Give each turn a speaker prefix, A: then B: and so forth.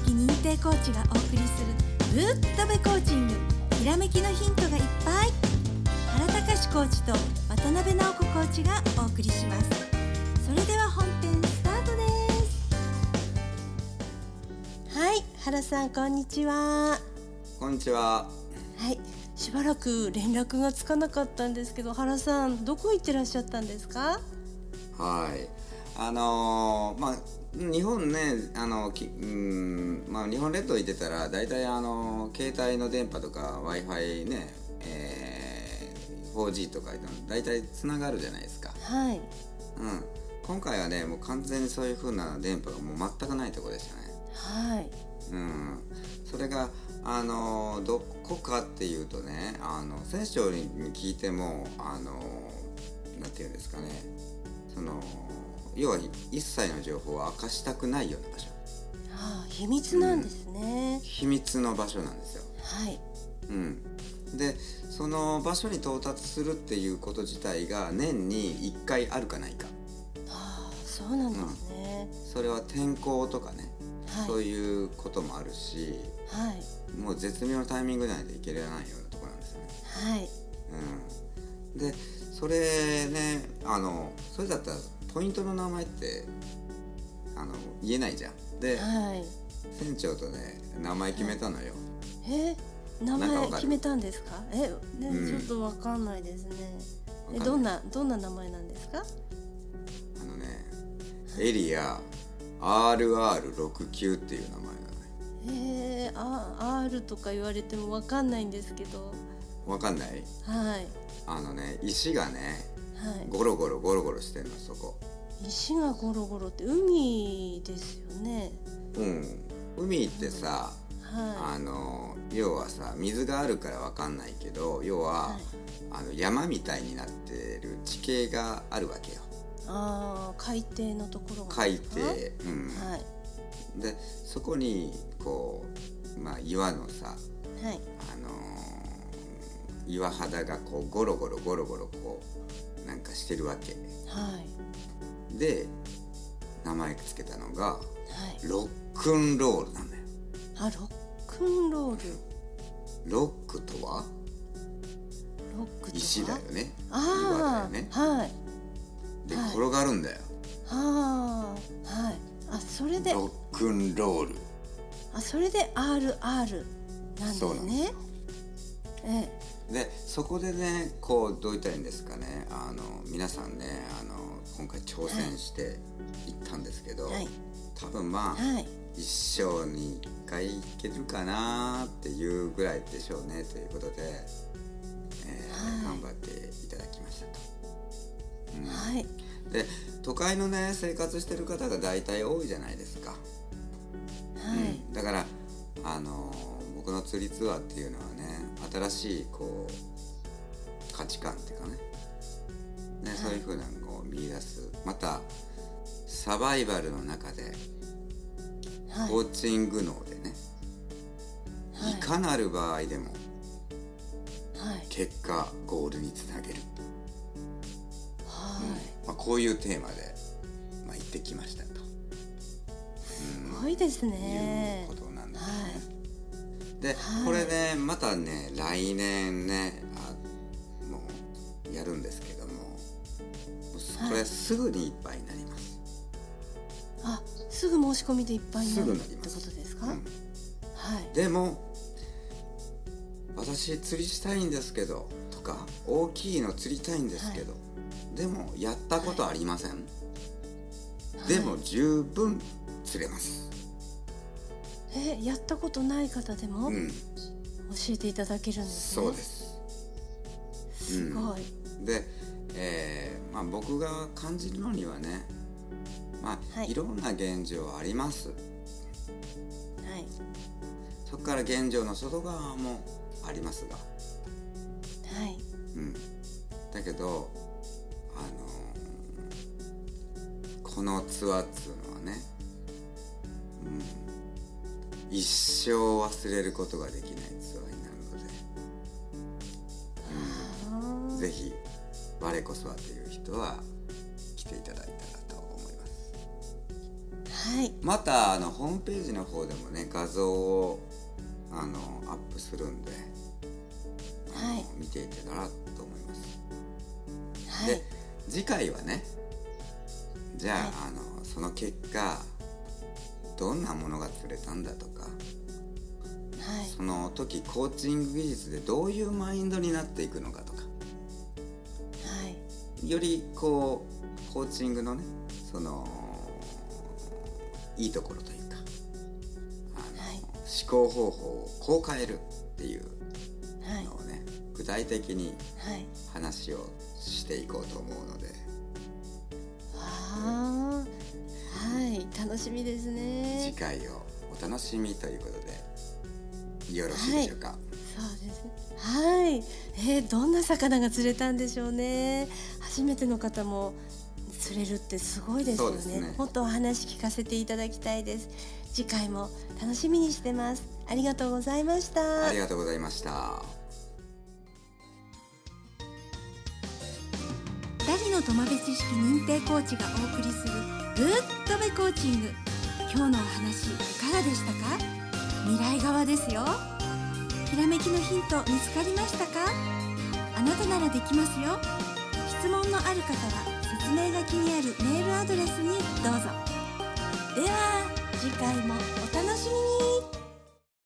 A: コーチがお送りする「ぶっとべコーチング」ひらめきのヒントがいっぱい原敬コーチと渡辺直子コーチがお送りしますそれでは本編スタートですはい原さんこんにちは
B: こんにちは。
A: はいしばらく連絡がつかなかったんですけど原さんどこ行ってらっしゃったんですか
B: はい。あのーまあ日本ねあのきうんまあ日本列島行ってたら大体あの携帯の電波とか w i f i ね、えー 4G とか大体つながるじゃないですか。
A: はい
B: うん。今回はねもう完全にそういう風な電波がもう全くないところでしたね。
A: はい
B: うん、それがあのどこかっていうとねあの選手に聞いてもあのなんていうんですかねその要は一切の情報を明かしたくないような場所
A: ああ秘密なんですね、
B: 秘密の場所なんですよ。
A: はい
B: うん、でその場所に到達するっていうこと自体が年に1回あるかないか
A: ああそうなんですね、
B: それは天候とかね、そ
A: は
B: う
A: い
B: いうこともあるし
A: はい
B: もう絶妙なタイミングじゃないといけないようなところなんですよね。
A: はい
B: うんでそれねあのそれだったらポイントの名前ってあの言えないじゃんで
A: はい
B: 船長とね名前決めたのよ
A: え名
B: なんかわ
A: 前
B: かる
A: 決めたんですかえね、
B: うん
A: ちょっとわかんないですねえ
B: わかんない
A: どんなどんな名前なんですか
B: あのねエリア RR69 っていう名前がね
A: えー、あ R とか言われてもわかんないんですけど
B: わかんない
A: はい
B: あのね石がね
A: は
B: ゴロゴロゴロゴロしてんのそこ
A: い石がゴロゴロって海ですよね
B: うん海ってさ、
A: は
B: あの要はさ水があるからわかんないけど要
A: い
B: は、
A: はい
B: あの山みたいになってる地形があるわけよ
A: ああ海底のところが
B: 海
A: ですか、
B: 底うん
A: はい
B: でそこにこう、まあ、岩のさ、
A: はい
B: あのー岩肌がこうゴロゴロゴロゴロこうなんかしてるわけ
A: はい
B: で名前つけたのが
A: はい
B: ロックンロールなんだよ
A: あロックンロール
B: ロックとは
A: ロックとは
B: 石だよね岩だ
A: ああ
B: よね
A: はい
B: で
A: はい
B: 転がるんだよ、
A: ああはいあそれで
B: ロックンロール
A: あそれで RR なんです
B: そうなんで
A: ねえ
B: でそこでねこうどう言ったらいいんですかねあの皆さんねあの今回挑戦していったんですけど、
A: えはい
B: 多分まあ
A: はい
B: 一生に一回いけるかなっていうぐらいでしょうねということで、えー
A: はい
B: 頑張っていただきましたと。うん
A: はい
B: で都会のね生活してる方が大体多いじゃないですか。
A: はい
B: うん、だからあのー僕の釣りツアーっていうのはね新しいこう価値観っていうかねね、
A: い
B: そういう風なのを見出すまたサバイバルの中で
A: はい
B: コーチング能でね、
A: はい
B: い、かなる場合でも
A: はいはい
B: 結果ゴールにつなげる、まあ、こういうテーマで、まあ、行ってきましたと、うん
A: すごいです
B: い
A: ね
B: うことなんですね。で、
A: はい
B: これねまたね来年ねあもうやるんですけどももうす
A: はい
B: これすぐにいっぱいになります。
A: あすぐ申し込みでいっぱいになるっ
B: すぐなり
A: て
B: ま
A: こ
B: す
A: とですか、
B: うん
A: はい
B: でも私釣りしたいんですけどとか大きいの釣りたいんですけど、でもやったことありません、でも
A: はい
B: 十分釣れます、
A: えやったことない方でも
B: う
A: 教
B: ん
A: えていただけるんですね、
B: そうです
A: すごい、
B: で、えーまあ、僕が感じるのにはね、まあ
A: はい
B: い、ろんな現状あります
A: はい
B: そこから現状の外側もありますが、
A: はい
B: うん、だけど、あのーこのツアーっつうのはね、うん、一生忘れることができないツアーになるので、ぜひ我こそはという人は来ていただいたらと思います。
A: ははい
B: またあのホームページの方でもね画像をあのアップするんで、あの
A: はい
B: 見ていけたらと思います、
A: はい
B: で次回はねじゃあ,、
A: はい
B: あのその結果どんなものが釣れたんだとか
A: はい
B: その時コーチング技術でどういうマインドになっていくのかとか
A: はい
B: よりこうコーチングのねそのいいところというかあの、
A: はい
B: 思考方法をこう変えるっていう
A: はい
B: のをね具体的に
A: はい
B: 話をしていこうと思うので
A: わあはい楽しみです
B: 次
A: ね
B: 回をお楽しみということでよろしいでしょうか、
A: そうですねはいえー、どんな魚が釣れたんでしょうね初めての方も釣れるってすごいですよ
B: そうですね
A: ねもっとお話聞かせていただきたいです次回も楽しみにしてますありがとうございました
B: ありがとうございました
A: 二人の友部知識認定コーチがお送りするぶっとべコーチング今日のお話いかがでしたか未来側ですよひらめきのヒント見つかりましたかあなたならできますよ質問のある方は説明書きにあるメールアドレスにどうぞでは次回もお楽しみに